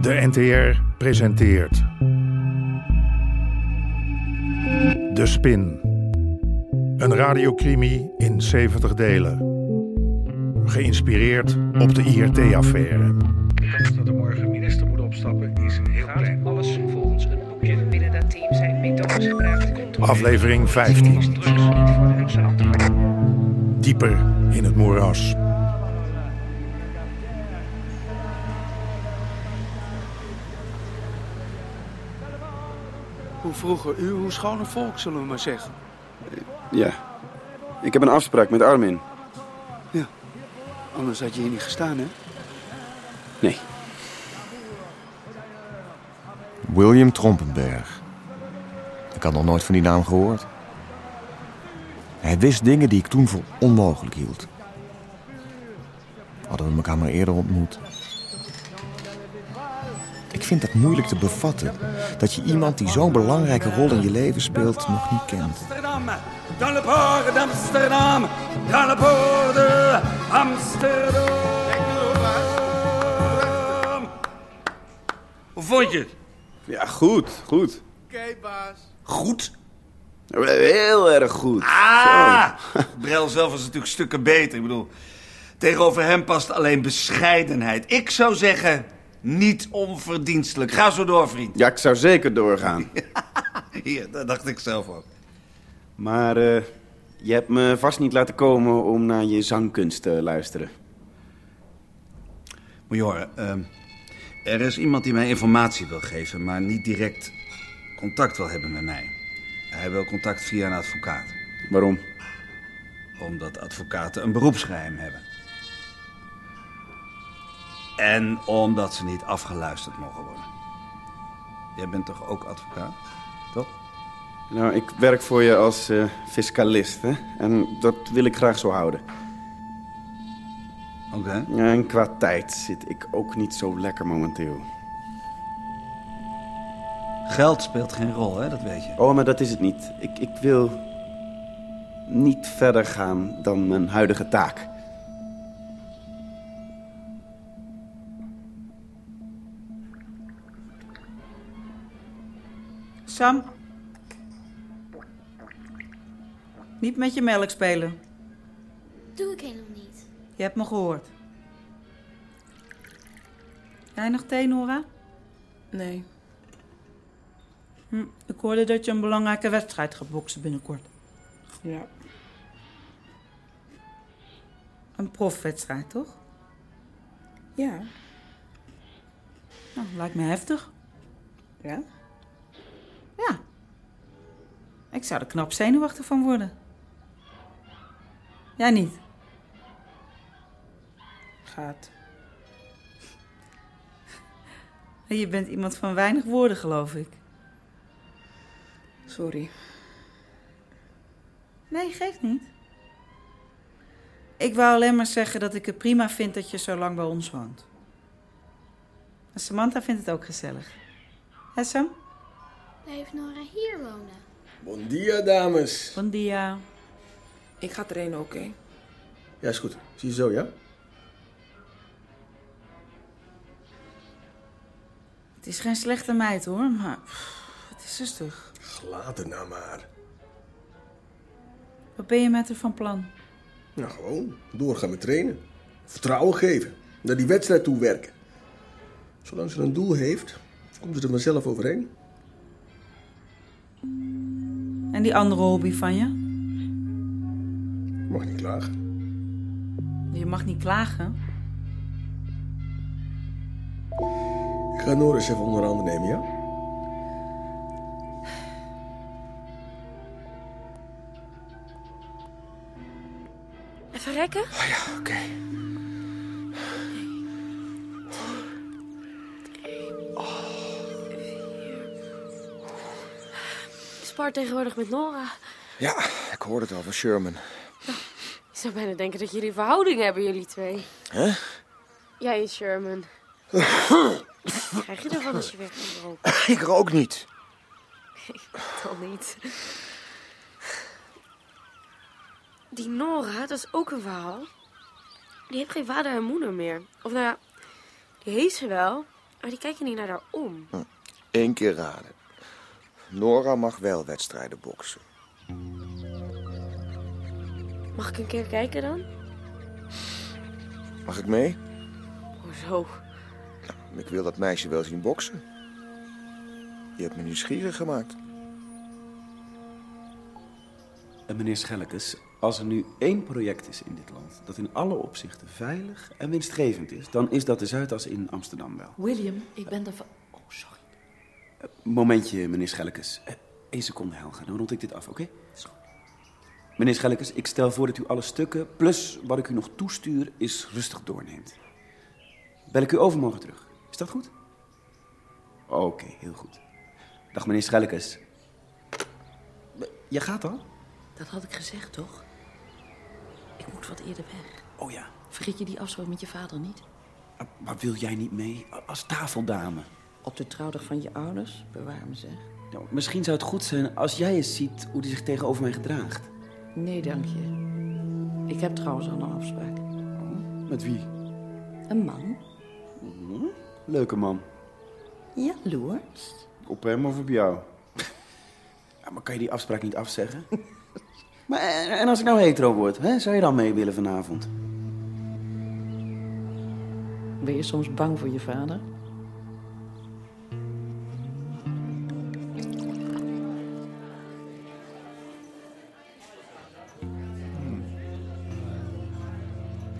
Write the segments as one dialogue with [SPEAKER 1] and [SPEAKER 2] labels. [SPEAKER 1] De NTR presenteert. De Spin. Een radiocrimi in 70 delen. Geïnspireerd op de IRT-affaire.
[SPEAKER 2] De kans dat er morgen minister moet opstappen is heel klein.
[SPEAKER 3] Alles volgens het boekje. Binnen dat team zijn methodes gebruikt. controle-
[SPEAKER 1] Aflevering 15.
[SPEAKER 3] Drugs niet voor hun zand.
[SPEAKER 1] Dieper in het moeras.
[SPEAKER 4] Hoe vroeger u, hoe schoner volk, zullen we maar zeggen.
[SPEAKER 5] Ja. Ik heb een afspraak met Armin.
[SPEAKER 4] Anders had je hier niet gestaan, hè?
[SPEAKER 5] Nee.
[SPEAKER 6] William Trompenberg. Ik had nog nooit van die naam gehoord. Hij wist dingen die ik toen voor onmogelijk hield. Hadden we elkaar maar eerder ontmoet. Ik vind het moeilijk te bevatten dat je iemand die zo'n belangrijke rol in je leven speelt nog niet kent.
[SPEAKER 7] Amsterdam, dans le port d'Amsterdam, dans le port de Amsterdam. Hoe vond je het?
[SPEAKER 5] Ja, goed, goed.
[SPEAKER 7] Goed.
[SPEAKER 5] Heel erg goed.
[SPEAKER 7] Ah, Brel zelf was natuurlijk stukken beter. Ik bedoel, tegenover hem past alleen bescheidenheid. Ik zou zeggen, niet onverdienstelijk. Ga zo door, vriend.
[SPEAKER 5] Ja, ik zou zeker doorgaan.
[SPEAKER 7] Hier, dat dacht ik zelf ook.
[SPEAKER 5] Maar eh, je hebt me vast niet laten komen om naar je zangkunst te luisteren.
[SPEAKER 7] Moet je horen, ehm, er is iemand die mij informatie wil geven, maar niet direct contact wil hebben met mij. Hij wil contact via een advocaat,
[SPEAKER 5] Waarom?
[SPEAKER 7] omdat advocaten een beroepsgeheim hebben. En omdat ze niet afgeluisterd mogen worden. Jij bent toch ook advocaat? Toch?
[SPEAKER 5] Nou, ik werk voor je als eh, fiscalist, hè? En dat wil ik graag zo houden.
[SPEAKER 7] Oké.
[SPEAKER 5] Ja, en qua tijd zit ik ook niet zo lekker momenteel.
[SPEAKER 7] Geld speelt geen rol, hè? Dat weet je.
[SPEAKER 5] Oh, maar dat is het niet. Ik, ik wil niet verder gaan dan mijn huidige taak.
[SPEAKER 8] Sam. Niet met je melk spelen.
[SPEAKER 9] Doe ik helemaal niet.
[SPEAKER 8] Je hebt me gehoord. Jij nog thee, Nora?
[SPEAKER 10] Nee.
[SPEAKER 8] Hm, ik hoorde dat je een belangrijke wedstrijd gaat boksen binnenkort.
[SPEAKER 10] Ja.
[SPEAKER 8] Een profwedstrijd, toch?
[SPEAKER 10] Ja.
[SPEAKER 8] Nou, lijkt me heftig.
[SPEAKER 10] Ja?
[SPEAKER 8] Ja. Ik zou er knap zenuwachtig van worden. Jij niet?
[SPEAKER 10] Gaat.
[SPEAKER 8] Je bent iemand van weinig woorden, geloof ik.
[SPEAKER 10] Sorry.
[SPEAKER 8] Nee, geeft niet. Ik wou alleen maar zeggen dat ik het prima vind dat je zo lang bij ons woont. En Samantha vindt het ook gezellig. Hè, Sam?
[SPEAKER 9] Blijft Nora hier wonen?
[SPEAKER 11] Bon dia, dames.
[SPEAKER 8] Bon dia.
[SPEAKER 10] Ik ga trainen, oké?
[SPEAKER 11] Ja, is goed. Zie je zo, ja?
[SPEAKER 8] Het is geen slechte meid hoor, maar pff, het is rustig.
[SPEAKER 11] Later nou maar.
[SPEAKER 8] Wat ben je met haar van plan?
[SPEAKER 11] Nou, gewoon. Doorgaan met trainen. Vertrouwen geven. Naar die wedstrijd toe werken. Zolang ze een doel heeft, komt ze er vanzelf overheen.
[SPEAKER 8] En die andere hobby van je?
[SPEAKER 11] Mag niet klagen.
[SPEAKER 8] Je mag niet klagen.
[SPEAKER 11] Ik ga Norris even onder handen nemen, ja?
[SPEAKER 9] Even rekken?
[SPEAKER 5] Oké.
[SPEAKER 9] Ik spaar tegenwoordig met Nora.
[SPEAKER 6] Ja, ik hoorde het al van Sherman.
[SPEAKER 9] Ik zou bijna denken dat jullie een verhouding hebben, jullie twee.
[SPEAKER 6] Hè?
[SPEAKER 9] Jij en Sherman. Wat krijg je ervan als je weg gaat roken?
[SPEAKER 6] Ik rook niet.
[SPEAKER 9] Al niet. Die Nora, dat is ook een verhaal. Die heeft geen vader en moeder meer. Of nou ja, die heeft ze wel. Maar die kijken niet naar haar om.
[SPEAKER 12] Eén keer raden. Nora mag wel wedstrijden boksen.
[SPEAKER 9] Mag ik een keer kijken dan?
[SPEAKER 12] Mag ik mee?
[SPEAKER 9] Hoezo?
[SPEAKER 12] Ik wil dat meisje wel zien boksen. Je hebt me nieuwsgierig gemaakt.
[SPEAKER 5] En meneer Schellekes, als er nu één project is in dit land dat in alle opzichten veilig en winstgevend is, dan is dat de Zuidas in Amsterdam wel. Eh,
[SPEAKER 13] William, ik ben daarvan... Oh, sorry.
[SPEAKER 5] Momentje, meneer Schellekes. Eh, Eén seconde, Helga, dan rond ik dit af, oké? Meneer Schellekes, ik stel voor dat u alle stukken, plus wat ik u nog toestuur, is rustig doorneemt. Bel ik u overmorgen terug. Is dat goed? Oké, heel goed. Dag meneer Schellekes. Eh, Je gaat al?
[SPEAKER 13] Dat had ik gezegd, toch? Ik moet wat eerder weg.
[SPEAKER 5] Oh ja. Ah,
[SPEAKER 13] Vergeet je die afspraak met je vader niet?
[SPEAKER 5] Maar wil jij niet mee als tafeldame?
[SPEAKER 13] Op de trouwdag van je ouders, bewaar me zeg.
[SPEAKER 5] Nou, misschien zou het goed zijn als jij eens ziet hoe hij zich tegenover mij gedraagt.
[SPEAKER 13] Nee, dank je. Ik heb trouwens al een afspraak.
[SPEAKER 5] Oh, Met wie?
[SPEAKER 13] Een man?
[SPEAKER 5] Hm, Leuke man.
[SPEAKER 13] Jaloers?
[SPEAKER 5] Op hem of op jou? ja, maar kan je die afspraak niet afzeggen? maar, en en als ik nou hetero word, hè, zou je dan mee willen vanavond?
[SPEAKER 13] Ben je soms bang voor je vader?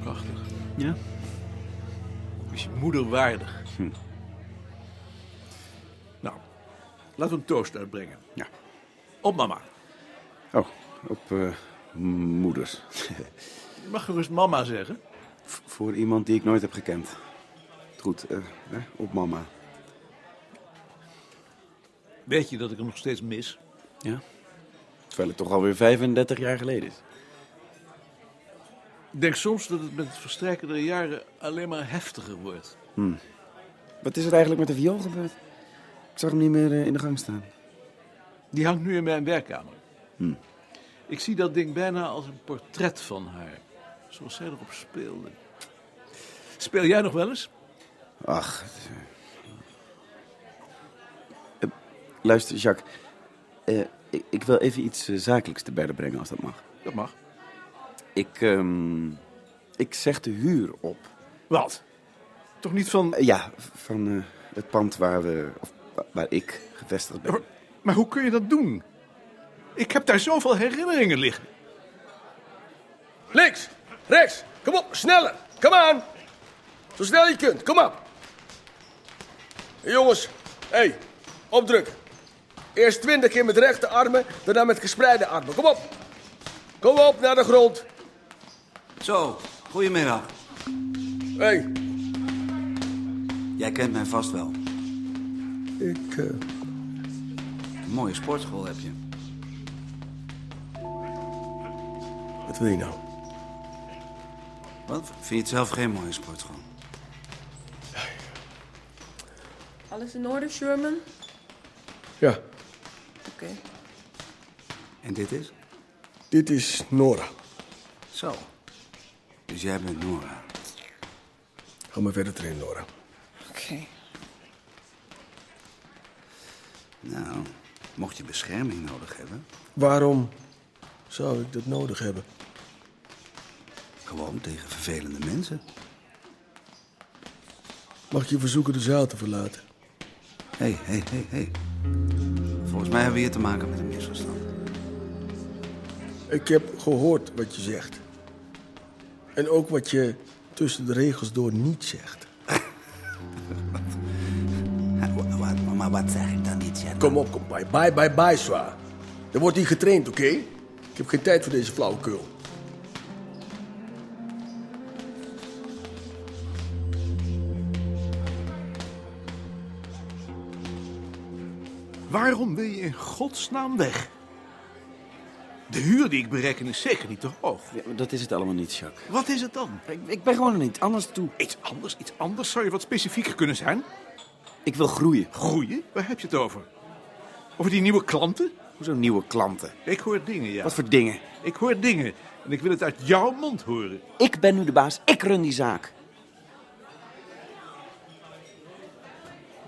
[SPEAKER 4] Prachtig.
[SPEAKER 5] Ja?
[SPEAKER 4] Is je moeder waardig. Nou, laten we een toast uitbrengen.
[SPEAKER 5] Ja.
[SPEAKER 4] Op mama.
[SPEAKER 5] Oh, op eh, moeders.
[SPEAKER 4] Je mag gerust mama zeggen.
[SPEAKER 5] voor iemand die ik nooit heb gekend. Goed, eh, hè, op mama.
[SPEAKER 4] Weet je dat ik hem nog steeds mis?
[SPEAKER 5] Terwijl het toch alweer 35 jaar geleden is.
[SPEAKER 4] Ik denk soms dat het met het verstrijken der jaren alleen maar heftiger wordt.
[SPEAKER 5] Hm. Wat is er eigenlijk met de viool gebeurd? Ik zag hem niet meer eh, in de gang staan.
[SPEAKER 4] Die hangt nu in mijn werkkamer.
[SPEAKER 5] Hm.
[SPEAKER 4] Ik zie dat ding bijna als een portret van haar. Zoals zij erop speelde. Speel jij nog wel eens?
[SPEAKER 5] Ach. het, eh. Eh, luister, Jacques. eh, ik, ik wil even iets eh, zakelijks te berden brengen, als dat mag.
[SPEAKER 4] Dat mag.
[SPEAKER 5] Ik, ehm, ik zeg de huur op.
[SPEAKER 4] Wat? Toch niet van...
[SPEAKER 5] ja, van eh, het pand waar we... Of, wa- waar ik gevestigd ben.
[SPEAKER 4] Maar hoe kun je dat doen? Ik heb daar zoveel herinneringen liggen.
[SPEAKER 6] Links, rechts, kom op, sneller. Kom aan. Zo snel je kunt, kom op. Hey, jongens, hé, hey, opdrukken. Eerst twintig keer met rechte armen, daarna met gespreide armen. Kom op. Kom op, naar de grond.
[SPEAKER 7] Zo, goedemiddag.
[SPEAKER 6] Hé. Hey.
[SPEAKER 7] Jij kent mij vast wel.
[SPEAKER 6] Ik, eh,
[SPEAKER 7] Een mooie sportschool heb je.
[SPEAKER 6] Wat wil je nou?
[SPEAKER 7] Wat? Vind je het zelf geen mooie sportschool?
[SPEAKER 10] Alles in orde, Sherman?
[SPEAKER 6] Ja.
[SPEAKER 10] Oké.
[SPEAKER 7] En dit is?
[SPEAKER 6] dit is Nora.
[SPEAKER 7] Zo. Dus jij bent Nora.
[SPEAKER 6] Ga maar verder trainen, Nora.
[SPEAKER 10] Oké.
[SPEAKER 7] Nou, mocht je bescherming nodig hebben,
[SPEAKER 6] Waarom zou ik dat nodig hebben?
[SPEAKER 7] gewoon tegen vervelende mensen.
[SPEAKER 6] Mag ik je verzoeken de zaal te verlaten?
[SPEAKER 7] Hé, hé, hé, hé. Volgens mij hebben we hier te maken met een misverstand.
[SPEAKER 6] Ik heb gehoord wat je zegt. En ook wat je tussen de regels door niet zegt.
[SPEAKER 7] Maar wat zeg ik dan niet, zeg?
[SPEAKER 6] Kom op, kom bij. Bye, bye, bye, zwaar. Er wordt hier getraind, oké? Ik heb geen tijd voor deze flauwekul.
[SPEAKER 4] Waarom wil je in godsnaam weg? De huur die ik bereken is zeker niet te hoog.
[SPEAKER 5] dat is het allemaal niet, Jacques.
[SPEAKER 4] Wat is het dan?
[SPEAKER 5] Ik, ben gewoon niet anders toe.
[SPEAKER 4] Iets anders, iets anders. Zou je wat specifieker kunnen zijn?
[SPEAKER 5] Ik wil groeien.
[SPEAKER 4] Groeien? Waar heb je het over? Over die nieuwe klanten?
[SPEAKER 5] Hoezo nieuwe klanten?
[SPEAKER 4] Ik hoor dingen, ja.
[SPEAKER 5] Wat voor dingen?
[SPEAKER 4] Ik hoor dingen. En ik wil het uit jouw mond horen.
[SPEAKER 5] Ik ben nu de baas. Ik run die zaak.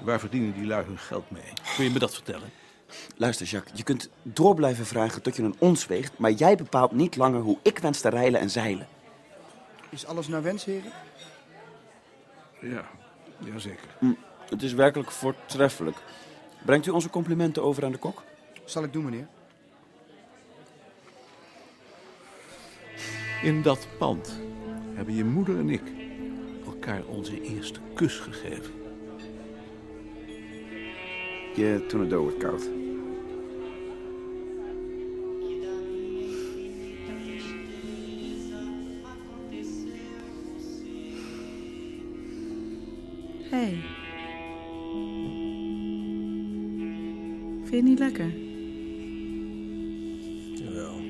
[SPEAKER 4] Waar verdienen die lui hun geld mee? Kun je me dat vertellen?
[SPEAKER 5] Luister, Jacques, je kunt door blijven vragen tot je een ons weegt, maar jij bepaalt niet langer hoe ik wens te reilen en zeilen.
[SPEAKER 14] Is alles naar wens, heren?
[SPEAKER 4] Ja, jazeker.
[SPEAKER 5] Hm, het is werkelijk voortreffelijk. Brengt u onze complimenten over aan de kok?
[SPEAKER 14] Zal ik doen, meneer.
[SPEAKER 4] In dat pand hebben je moeder en ik elkaar onze eerste kus gegeven.
[SPEAKER 15] Je tornado wordt koud.
[SPEAKER 8] Hé. Hey. Vind je het niet lekker?
[SPEAKER 4] Jawel.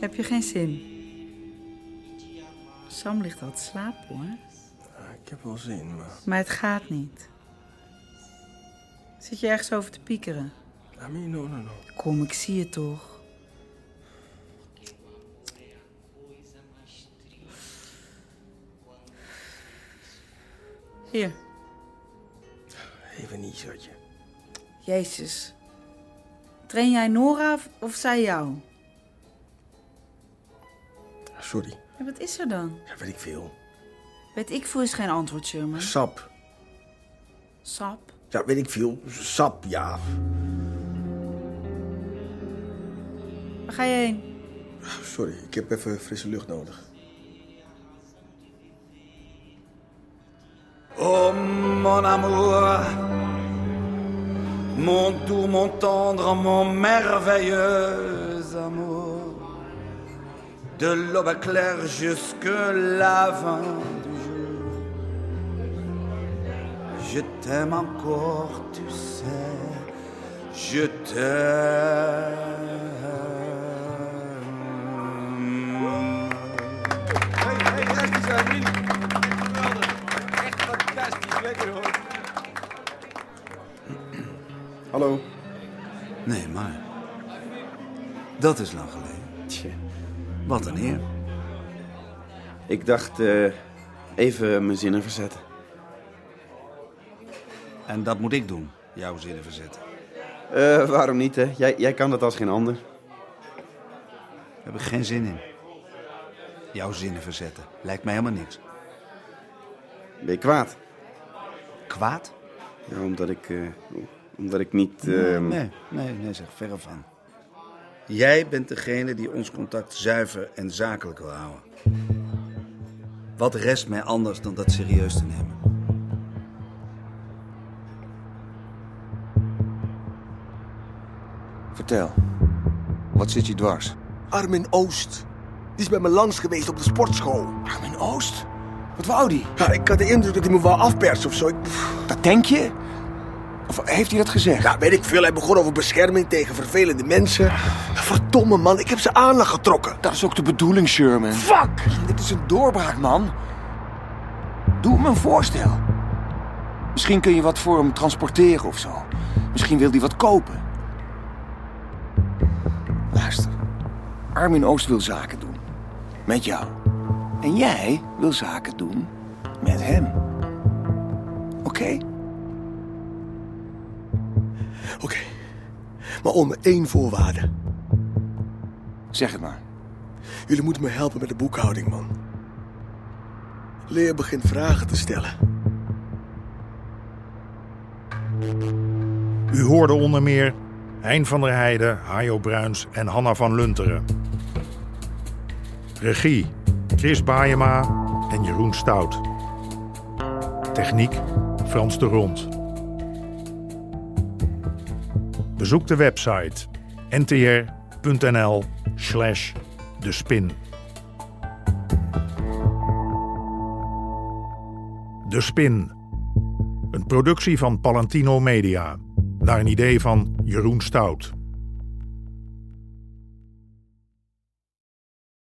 [SPEAKER 8] Heb je geen zin? Sam ligt al te slapen hoor.
[SPEAKER 4] Ik heb wel zin, maar...
[SPEAKER 8] Maar het gaat niet. Zit je ergens over te piekeren?
[SPEAKER 4] I mean, no, no, no.
[SPEAKER 8] Kom, ik zie het toch. Hier.
[SPEAKER 4] Even niet, schatje.
[SPEAKER 8] Jezus. Train jij Nora of, of zij jou?
[SPEAKER 4] Sorry,
[SPEAKER 8] Ja, wat is er dan?
[SPEAKER 4] dat weet ik veel.
[SPEAKER 8] Weet ik voor is geen antwoord, Sherman.
[SPEAKER 4] Sap.
[SPEAKER 8] Sap.
[SPEAKER 4] Ja, weet ik veel. Sap, ja.
[SPEAKER 8] Waar ga je heen?
[SPEAKER 4] Sorry, ik heb even frisse lucht nodig.
[SPEAKER 7] Oh mon amour, mon doux, mon tendre, mon merveilleux amour, de l'aube claire jusque la fin du jour. Je t'aime encore, tu sais, je t'aime.
[SPEAKER 15] Hallo.
[SPEAKER 7] Nee, maar. Dat is lang geleden.
[SPEAKER 15] Tje.
[SPEAKER 7] Wat een eer.
[SPEAKER 15] Ik dacht eh, even mijn zinnen verzetten.
[SPEAKER 7] En dat moet ik doen, jouw zinnen verzetten.
[SPEAKER 15] Eh, waarom niet, hè? Jij, jij kan dat als geen ander.
[SPEAKER 7] Heb ik geen zin in. Jouw zinnen verzetten lijkt mij helemaal niks.
[SPEAKER 15] Ben je kwaad?
[SPEAKER 7] Kwaad?
[SPEAKER 15] Ja, omdat ik, eh, omdat ik niet...
[SPEAKER 7] Nee,
[SPEAKER 15] ehm,
[SPEAKER 7] nee, nee, nee, zeg, verre van. Jij bent degene die ons contact zuiver en zakelijk wil houden. Wat rest mij anders dan dat serieus te nemen?
[SPEAKER 16] Vertel, wat zit je dwars?
[SPEAKER 6] Armin Oost. Die is bij me langs geweest op de sportschool. Armin Oost? Wat wou die? Ja, ik had de indruk dat hij me wou afpersen of zo. Dat denk je? Of heeft hij dat gezegd? Ja, weet ik veel. Hij begon over bescherming tegen vervelende mensen. Verdomme man, ik heb zijn aandacht getrokken.
[SPEAKER 17] Dat is ook de bedoeling, Sherman.
[SPEAKER 6] Fuck!
[SPEAKER 17] Dit is een doorbraak, man. Doe me een voorstel. Misschien kun je wat voor hem transporteren of zo. Misschien wil hij wat kopen. Luister. Armin Oost wil zaken doen. Met jou. En jij wil zaken doen met hem. Oké?
[SPEAKER 6] Oké. Maar onder één voorwaarde.
[SPEAKER 17] Zeg het maar.
[SPEAKER 6] Jullie moeten me helpen met de boekhouding, man. Leer begint vragen te stellen.
[SPEAKER 1] U hoorde onder meer Hein van der Heijden, Hajo Bruins en Hanna van Lunteren. Regie Chris Baayema en Jeroen Stout. Techniek Frans de Rond. Bezoek de website ntr.nl slash de spin. De Spin. Een productie van Palantino Media. Naar een idee van Jeroen Stout.